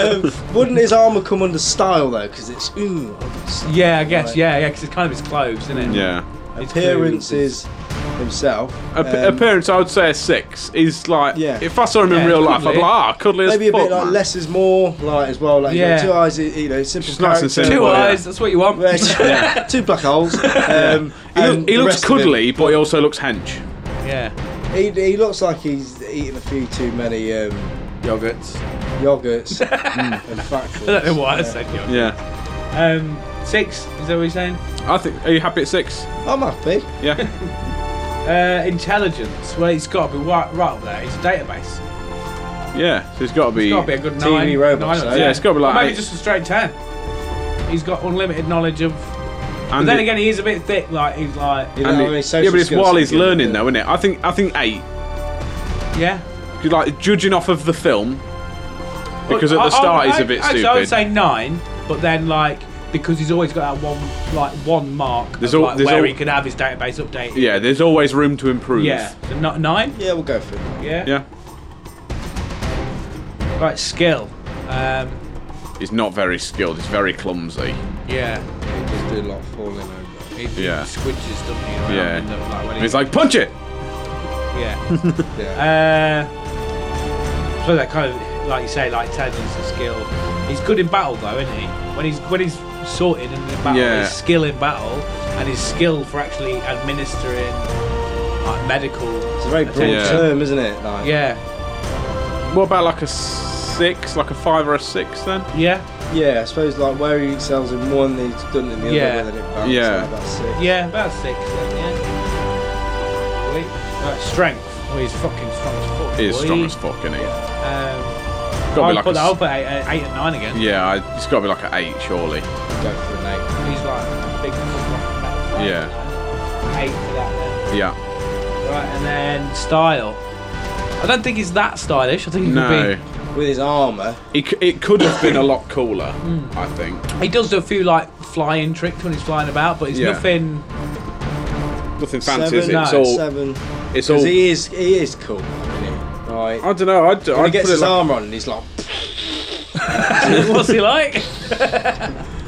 F: um, wouldn't his armor come under style though? Because it's ooh. obviously.
C: Yeah, I guess,
F: Right.
C: yeah, yeah, because it's kind of his clothes, isn't it?
A: Yeah.
C: His
F: Appearance
C: clothes.
F: is himself.
A: Ap-
F: Um,
A: appearance, I would say a six. He's like,
F: Yeah.
A: if I saw him
C: Yeah,
A: in real life, I'd
C: cuddly.
A: be like, ah, cuddly as
F: Maybe a
A: fuck,
F: bit like
A: man.
F: less is more, like as well. Like you know,
C: Yeah.
F: two eyes, you know, simple
A: Just nice and
F: character.
A: simple,
C: Two
A: Yeah.
C: eyes, that's what you want.
F: Yeah, yeah. two black holes. Um,
A: He, loo-
F: and
A: he
F: the
A: looks
F: rest of him.
A: cuddly, but he also looks hench.
C: Yeah.
F: He, he looks like he's eating a few too many um,
C: Yogurts.
F: yogurts and
C: I don't know
F: factors.
C: why I said yogurt.
A: Yeah.
C: Um, six, is that what you're saying?
A: I think. Are you happy at six?
F: I'm happy.
A: Yeah.
C: Uh, intelligence. Well, it's got to be right, right up there. It's a database.
A: yeah. So he's got to be.
C: It's got to be a good
F: TV
C: nine.
F: robots,
C: nine
F: though.
C: or
F: Yeah,
C: ten.
A: it's gotta be like
C: Or maybe
A: eight.
C: just a straight ten. He's got unlimited knowledge of. But
A: and
C: then
A: it-
C: again, he is a bit thick. Like he's like,
F: You know
A: and
F: how
A: it-
F: many social
A: yeah, but it's
F: skills
A: while
F: he
A: he's
F: can
A: learning,
F: do.
A: though, isn't it? I think. I think eight.
C: yeah.
A: You like judging off of the film because
C: Well,
A: at the
C: I- I
A: start
C: would-
A: he's a bit
C: actually,
A: stupid.
C: I would say nine, but then like because he's always got that one like one mark
A: There's
C: of,
A: al-
C: like,
A: there's
C: where
A: al-
C: he could have his database updated.
A: yeah, there's always room to improve.
C: Yeah. So not nine.
F: Yeah, we'll go for it.
C: Yeah.
A: Yeah.
C: Right. Skill. Um,
A: He's not very skilled. He's very clumsy.
C: yeah.
F: He just do a lot of falling over.
C: He,
A: Yeah.
C: He squidges, doesn't he? around
A: Yeah.
C: and, uh, like, when
A: And
C: he-
A: he's like, punch it.
C: yeah.
F: Yeah.
C: Uh, so that kind of, like you say, like intelligence and skill. He's good in battle though, isn't he? When he's when he's sorted in the battle,
A: Yeah.
C: his skill in battle and his skill for actually administering like medical.
F: It's a very broad
A: Yeah.
F: term, isn't it? Like,
C: Yeah,
A: What about like a six, like a five or a six then?
C: yeah,
F: yeah, I suppose like where he excels in one, he's done it in the
C: Yeah.
F: other, whether it bounces
A: Yeah.
F: like that's it.
C: yeah. About six. Then, yeah. Boy. Right, strength. Oh, he's fucking strong as fuck.
A: He is
C: boy.
A: strong as fuck, isn't he?
C: Um,
A: Got
C: I'll
A: to be like
C: put
A: a
C: that up
A: s-
C: at eight, eight and nine again.
A: yeah, I, it's got to be like an eight, surely.
F: Go for an
C: He's like big.
A: Yeah.
C: Eight for that. Then.
A: Yeah.
C: Right, and then style. I don't think he's that stylish. I think he
A: No,
C: could
F: eight. With his armour,
A: it, c- it could have been a lot cooler. I think
C: be. He does do a few like flying tricks when he's flying about, but it's
A: Yeah.
C: nothing.
A: nothing fancy. is it?
F: seven,
A: It's
C: no,
A: all.
F: seven.
A: It's all.
F: Because he is, he is cool, isn't he? Right.
A: I don't know. I'd,
F: when he
A: I'd
F: gets
A: put it
F: his
A: like,
F: armour on, and he's like,
C: What's he like?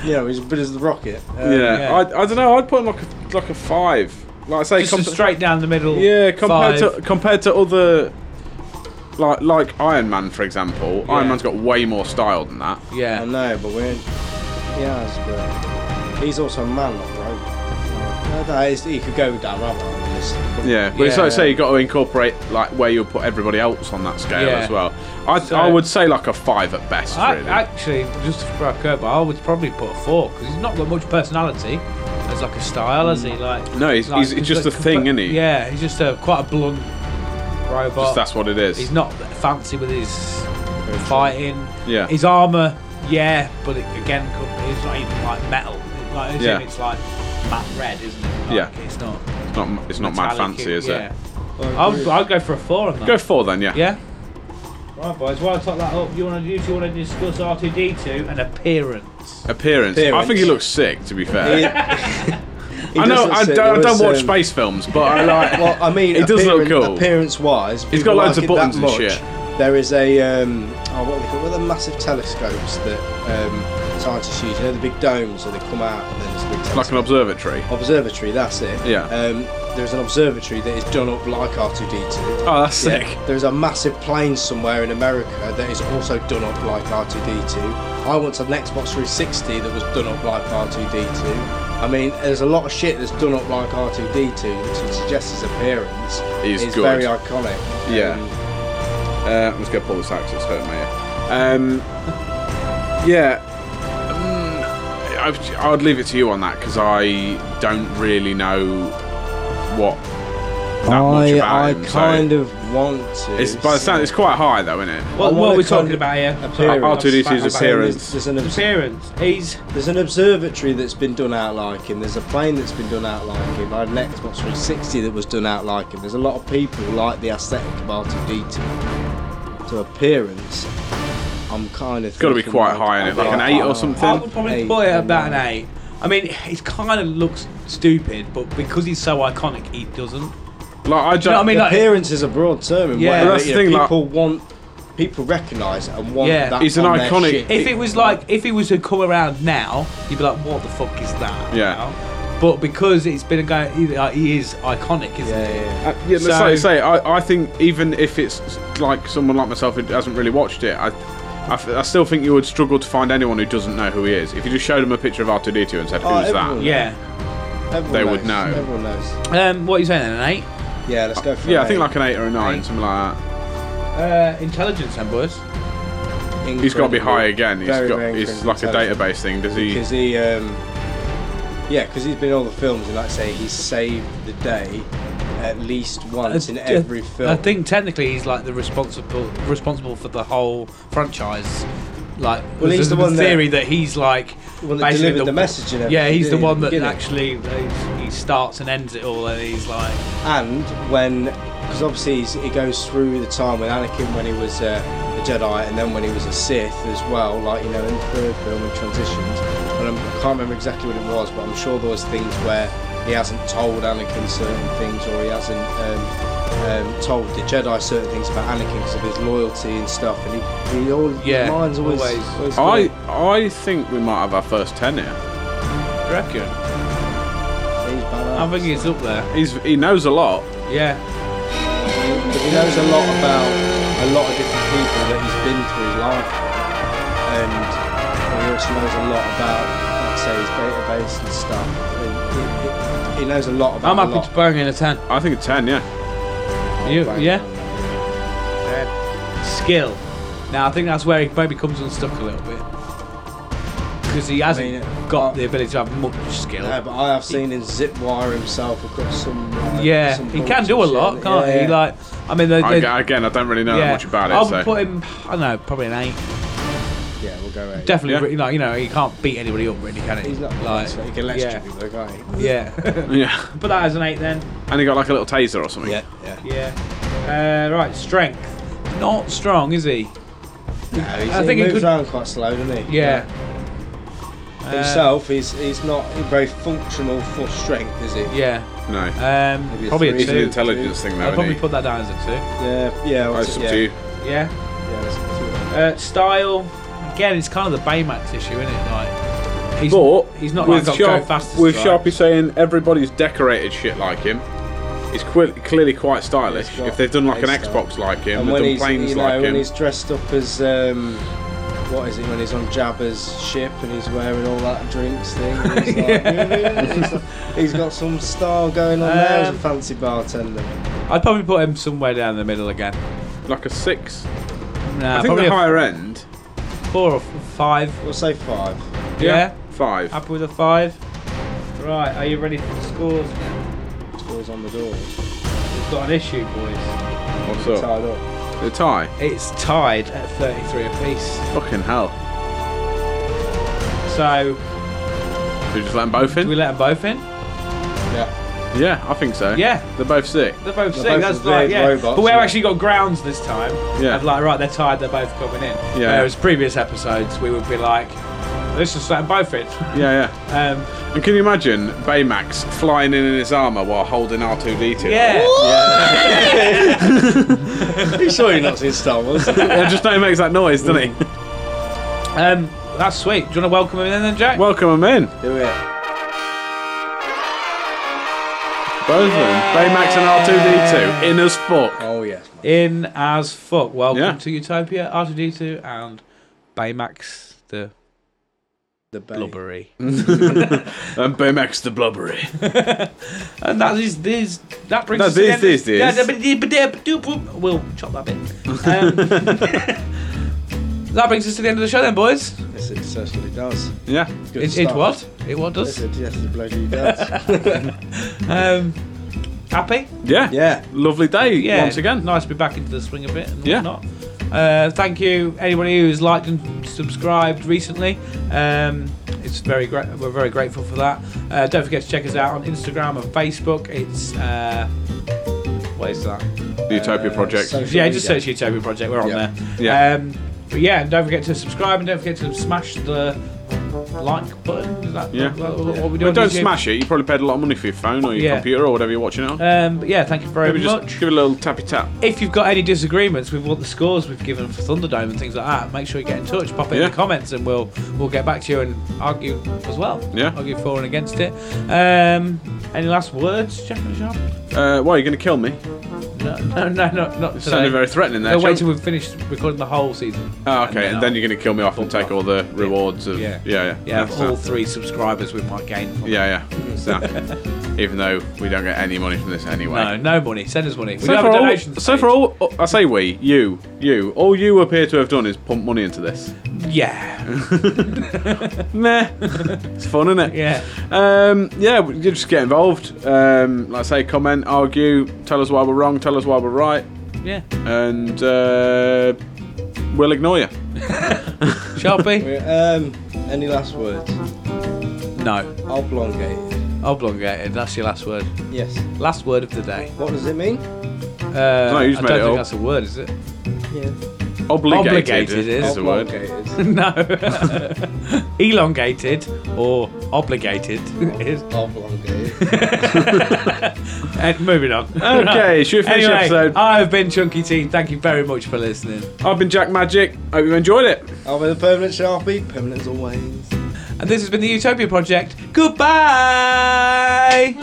F: you know, he's a bit as the rocket. Um,
A: Yeah,
C: yeah.
A: I, I don't know. I'd put him like a, like a five. Like I say,
C: Just a
A: compa-
C: straight down the middle.
A: Yeah, compared
C: five.
A: to compared to other like like Iron Man for example.
C: Yeah.
A: Iron Man's got way more style than that.
F: I
C: Yeah.
F: know, but we're. Yeah, it's good. He's also a man, not a robot. No, no, he's- he could go down rather than this.
A: Yeah, but it's
C: Yeah.
A: like I say you got to incorporate like where you'll put everybody else on that scale
C: Yeah.
A: as well. I
C: So-
A: I would say like a five at best.
C: I,
A: really.
C: actually, just for a curveball, I would probably put a four because he's not got much personality. As like a style, has he? Like
A: Mm. No, he's- he's- he's just a
C: like,
A: thing, isn't he?
C: Yeah, he's just a quite a blunt robot.
A: Just that's what it is.
C: He's not fancy with his fighting.
A: Yeah.
C: His armor, yeah, but it, again, could- it's not even like metal. It- Like, as in
A: Yeah.
C: it's like matte red, isn't it? Like,
A: Yeah.
C: It's not.
A: It's not, it's not my
C: Metallic,
A: fancy, is
C: yeah.
A: it?
C: I'll, I'll go for a four on that.
A: Go four then, yeah.
C: Yeah. Right, boys. While I top that up, you want to you two want to discuss R two D two and appearance.
A: Appearance. I
F: Appearance.
A: think he looks sick, to be fair.
F: He
A: I know
F: doesn't
A: I
F: sit-
A: don't, I
F: there
A: don't
F: is,
A: watch
F: um,
A: space films, but I like.
F: Well, I mean,
A: It does look
F: appearance-
A: cool.
F: Appearance-wise,
A: He's got
F: people
A: loads
F: like
A: of
F: it that
A: buttons and
F: much.
A: shit.
F: There is a um, oh, what are they called? What are the massive telescopes that um, scientists use? You know, the big domes, where they come out and then there's a big telescope.
A: like an observatory.
F: observatory. That's it.
A: Yeah.
F: Um, there's an observatory that is done up like R2D2.
A: Oh, that's sick.
F: Yeah, There's a massive plane somewhere in America that is also done up like R2D2. I once had an Xbox 360 that was done up like R2D2. I mean, there's a lot of shit that's done up like R2D2, which would suggest his appearance
A: He's
F: is
A: good.
F: very iconic.
A: Yeah.
F: Um,
A: Uh, let's go pull the sax. It's hurt my ear. Um, yeah. Um, I, I'd leave it to you on that because I don't really know what that much about
F: I, I
A: him. so-
F: kind of want to.
A: It's by the sound, it's quite high though, isn't it?
C: What,
F: I
C: what
F: wanna
C: are we
F: kind
C: talking
F: of
C: about here?
F: appearance.
C: Sorry, I've
A: R2D2's
C: spat about
A: appearance.
F: There's, there's an
C: it. Appearance. He's
F: There's an observatory that's been done out like him. There's a plane that's been done out like him. I had an Xbox 360 that was done out like him. There's a lot of people who like the aesthetic of R2D2. To appearance, I'm kind of. It's
A: gotta be quite high, innit? Like an eight or something?
C: I would probably
F: Eight
C: put it
F: and
C: about an
F: nine.
C: eight. I mean, it kind of looks stupid, but because he's so iconic, he doesn't.
A: Like I,
C: know what I
A: don't,
C: mean? like-
F: appearance is a broad term. In
C: Yeah.
F: yeah,
C: Well,
A: that's
F: that's
A: the
F: you
A: thing,
F: know,
A: like-
F: People want, people recognise it and want
C: Yeah.
F: that.
A: It's an
F: on their
A: iconic-
F: shit.
C: If it was like, if he was to come around now, you'd be like, "What the fuck is that?"
A: Yeah.
C: You know? But because it's been a guy, he, like, he is iconic, isn't
F: Yeah,
C: he?
F: yeah, yeah.
A: Uh, yeah, let's
C: So-
A: say, say I, I think even if it's like someone like myself who hasn't really watched it, I, I f- I still think you would struggle to find anyone who doesn't know who he is. If you just showed them a picture of R2D2 and said,
F: Oh,
A: "Who's that?"
F: everyone.
C: Yeah.
F: Everyone
A: they
F: knows.
A: would know.
F: Everyone knows.
C: Um, what are you saying then? An eight?
F: Yeah, let's go for.
A: Yeah,
F: an
A: I think
F: eight.
A: like an eight or a nine,
C: Eight.
A: something like that.
C: Uh, intelligence, then, boys.
A: He's got to be high
F: Incredibly-
A: again. He's
F: very,
A: got.
F: very
A: He's like a
F: intelligent.
A: database thing. Does he?
F: because he um yeah because he's been in all the films and like I say he saved the day at least once in
C: Uh,
F: every
C: uh,
F: film
C: I think technically he's like the responsible responsible for the whole franchise. Like,
F: Well, he's
C: there's
F: the one that-
C: theory that, he's like
F: one that
C: basically
F: delivered the message and
C: yeah,
F: everything,
C: he's the
F: didn't he,
C: one
F: at the
C: that
F: beginning?
C: actually uh, he starts and ends it all, and he's like,
F: and when because obviously he's, he goes through the time with Anakin when he was uh, a Jedi and then when he was a Sith as well like you know in the third film he transitions and I'm, I can't remember exactly what it was but I'm sure there was things where he hasn't told Anakin certain things or he hasn't um, um, told the Jedi certain things about Anakin because of his loyalty and stuff and he, he all
C: Yeah,
F: his mind's always,
C: always.
F: always
A: I
F: good.
A: I think we might have our first ten here.
C: I reckon.
F: He's badass.
C: I think he's up there.
A: He's he knows a lot.
C: Yeah,
F: But he knows a lot about a lot of different people that he's been through his life, and he also knows a lot about, like I say, his database and stuff. And he, he- he knows a lot about.
C: I'm
F: a
C: happy
F: lot.
C: to bang in a ten.
A: I think a ten. Yeah.
C: You,
F: Bang.
C: yeah. Uh, Skill. Now I think that's where he maybe comes unstuck a little bit because he hasn't
F: mean, it-
C: got the ability to have much skill.
F: No, but I have seen him zip wire himself across some. uh,
C: Yeah,
F: some
C: he
F: bolts
C: can
F: and
C: do a
F: shit.
C: lot, can't
F: Yeah,
C: he?
F: yeah.
C: Like, I mean, they,
A: I,
C: they-
A: again, I don't really know that much about it.
C: I would
A: so.
C: put him. I don't know, probably an eight.
F: yeah, we'll go right.
C: Definitely,
A: Yeah.
C: really, like you know, he can't beat anybody up, really, can he?
F: He's not
C: like,
F: like he can electrocute
C: yeah,
F: people, can't he?
C: yeah.
A: yeah.
C: Put that as an eight then.
A: And he got like a little taser or something.
F: Yeah, yeah.
C: Yeah. Uh, right, strength. Not strong, is he?
F: No, he's,
C: I
F: he
C: think he
F: moves
C: could-
F: around quite slow, doesn't he?
C: Yeah. Uh,
F: Himself, he's he's not very functional for strength, is he?
C: Yeah.
A: No.
F: Uh,
C: Um,
F: Maybe a
C: probably a
F: three.
A: He's an
F: Two,
C: two.
A: intelligence thing, though.
C: I'd
A: isn't
C: probably
A: he?
C: put that down as a
F: Yeah, yeah.
A: Oh,
F: well,
A: it's up
F: yeah.
A: to you.
C: two. Yeah.
F: Yeah, that's up to you.
C: Uh, style. Again, it's kind of the Baymax issue, isn't it? Like, he's,
A: But
C: he's not
A: with
C: like got
A: Sharp,
C: go fast.
A: with Sharpie saying everybody's decorated shit like him. He's qu- clearly quite stylish.
F: He's got
A: If they've done like an
F: face style.
A: Xbox like him,
F: And
A: they've
F: when
A: done
F: he's,
A: planes
F: you know,
A: like
F: when
A: him.
F: he's dressed up as um, what is it? When he's on Jabba's ship and he's wearing all that drinks thing. and He's, like, he's, like- he's got some style going on there as
C: Um,
F: a fancy bartender.
C: I'd probably put him somewhere down the middle again.
A: Like a six.
C: Nah,
A: I think
C: probably
A: the
C: a
A: higher end,
C: four or f- five.
F: We'll say five.
C: Yeah.
A: five.
C: Happy with a five. Right, are you ready for the scores?
F: Scores on the door.
C: We've got an issue, boys.
A: What's up?
F: Tied up.
A: The tie.
C: It's tied at 33 apiece.
A: Fucking hell.
C: So,
A: We just let them both
C: do we
A: in.
C: let them both in?
F: Yeah.
A: Yeah, I think so.
C: Yeah.
A: They're both sick.
C: They're both
F: They're
C: sick.
F: both
C: That's
F: the
C: right.
F: big
C: Yeah.
F: robots,
C: but we've
F: yeah.
C: actually got grounds this time.
A: Yeah.
C: Of like, right, they're tired. They're both coming in.
A: Yeah.
C: Whereas previous episodes, we would be like, let's just let them both in.
A: Yeah, yeah.
C: Um,
A: And can you imagine Baymax flying in in his armor while holding R2D2?
C: yeah.
F: You sure you're not seeing Star Wars?
A: I just know he makes that noise, doesn't he?
C: Um, that's sweet. Do you want to welcome him in then, Jack?
A: Welcome him in.
F: Do it.
A: Both of them. Baymax and R2D2 in as fuck.
F: Oh yes.
C: in as fuck. Welcome
A: Yeah.
C: to Utopia, R2D2, and Baymax the
F: The babe.
C: blubbery.
A: And Baymax the blubbery.
C: And that is this. That brings
A: No,
C: us to
A: this-
C: the end-
A: this- this.
C: Yeah, da- ba- dee- ba- da- ba- doo- boop. We'll chop that bit. Um, that brings us to the end of the show, then, boys.
F: Yes, it certainly does.
A: Yeah.
F: Good
C: It, it
F: stuff.
C: what? It what
F: Yes,
C: does?
F: it, yes, it bloody does.
C: Um, happy?
A: Yeah.
F: yeah.
A: Lovely day
C: Yeah.
A: once again.
C: nice to be back into the swing a bit and
A: Yeah.
C: whatnot. Uh, thank you, anybody who's liked and subscribed recently. Um, it's very great. We're very grateful for that. Uh, don't forget to check us out on Instagram and Facebook. It's uh, what is that?
A: The Utopia Project.
F: social
C: Yeah, just
F: media.
C: search Utopia Project. We're on
F: Yeah.
C: there.
A: Yeah.
C: Um, but yeah, and don't forget to subscribe and don't forget to smash the like button. Is that
A: Yeah.
C: what, what- what we do?
A: Well,
C: on
A: don't
C: YouTube?
A: smash it. You probably paid a lot of money for your phone or your
C: Yeah.
A: computer or whatever you're watching it on.
C: Um, but yeah, thank you very
A: Maybe
C: much.
A: just give it a little tappy tap.
C: If you've got any disagreements with what the scores we've given for Thunderdome and things like that, make sure you get in touch. Pop it
A: Yeah.
C: in the comments, and we'll we'll get back to you and argue as well.
A: Yeah.
C: argue for and against it. Um, any last words, Jack and Sean?
A: Uh, why are you going to kill me?
C: No, no, no, no not
A: It sounded
C: today.
A: very threatening there.
C: No, wait
A: Jim.
C: till we've finished recording the whole season.
A: Oh, okay. And then
C: I'll-
A: you're going to kill me off and
C: Fuck
A: take
C: off.
A: all the rewards of.
C: Yeah.
A: Yeah, yeah.
C: yeah, of
A: That's
C: all
A: that.
C: three subscribers we might gain. From.
A: Yeah, yeah. So, even though we don't get any money from this anyway.
C: No, no money. Send us money. We
A: So
C: don't
A: for,
C: have a
A: all,
C: donation.
A: so
C: page.
A: for all, I say we, you, you, all you appear to have done is pump money into this.
C: yeah,
A: Meh. it's fun, isn't it?
C: yeah.
A: Um, yeah, we- you just get involved. Um, like I say, comment, argue, tell us why we're wrong, tell us why we're right,
C: Yeah,
A: and uh, we'll ignore you.
C: Sharpie?
F: Um, any last words?
C: no.
F: Oblongated.
C: Oblongated. That's your last word.
F: Yes.
C: Last word of the day.
F: What does it mean?
C: Uh,
A: No, you just made
C: I don't
A: it
C: think
A: up.
C: that's a word, is it?
F: Yeah.
A: Obligated,
C: Obligated
A: is,
C: is.
A: the word.
F: Oblongated.
C: no. Elongated or obligated is.
F: Oblongated.
C: And moving on.
A: Okay, should we finish the
C: anyway,
A: episode?
C: I've been Chunky Teen. Thank you very much for listening.
A: I've been Jack Magic. Hope you enjoyed it.
F: I'll be the permanent sharpie. Permanent as always.
C: And this has been the Utopia Project. Goodbye!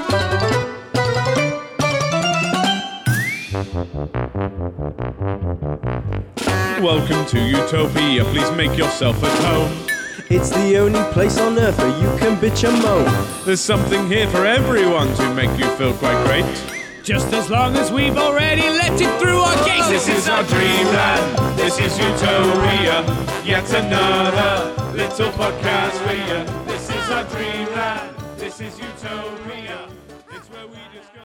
G: Welcome to Utopia. Please make yourself at home.
E: It's the only place on earth where you can bitch and moan.
G: There's something here for everyone to make you feel quite great.
C: Just as long as we've already let it through our gates,
G: This is our dreamland. This is Utopia. Yet another little podcast for you. This is our dreamland. This is Utopia. It's where we discuss.